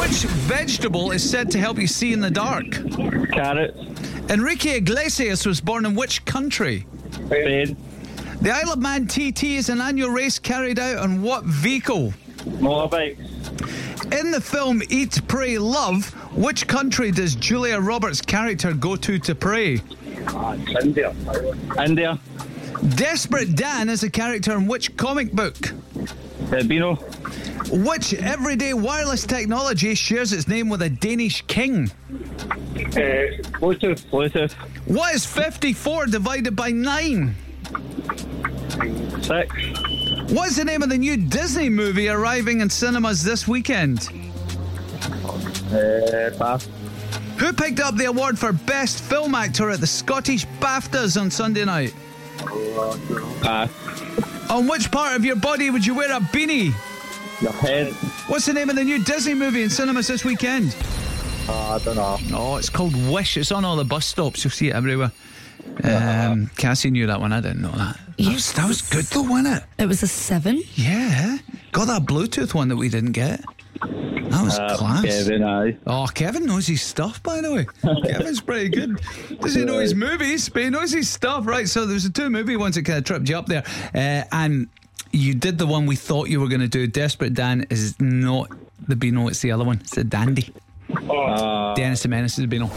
Which vegetable is said to help you see in the dark? Carrots. Enrique Iglesias was born in which country? Spain. The Isle of Man TT is an annual race carried out on what vehicle? Motorbikes. In the film Eat, Pray, Love, which country does Julia Roberts' character go to to pray? India. India. Desperate Dan is a character in which comic book? Uh, Beano. Which everyday wireless technology shares its name with a Danish king? Uh, Bluetooth. Bluetooth. What is 54 divided by 9? Six. What's the name of the new Disney movie arriving in cinemas this weekend? Uh, pass. Who picked up the award for Best Film Actor at the Scottish BAFTAs on Sunday night? Pass. On which part of your body would you wear a beanie? Your head. What's the name of the new Disney movie in cinemas this weekend? Oh, I don't know. Oh, it's called Wish. It's on all the bus stops. You'll see it everywhere. Um, Cassie knew that one. I didn't know that. That was, that was good though, wasn't it? It was a seven. Yeah. Got that Bluetooth one that we didn't get. That was Uh, class. Kevin, aye. Oh, Kevin knows his stuff, by the way. Kevin's pretty good. Does he know his movies? But he knows his stuff, right? So there's two movie ones that kind of tripped you up there, uh, and you did the one we thought you were going to do. Desperate Dan is not the Beano; it's the other one. It's the Dandy. Dennis the Menace is the Beano.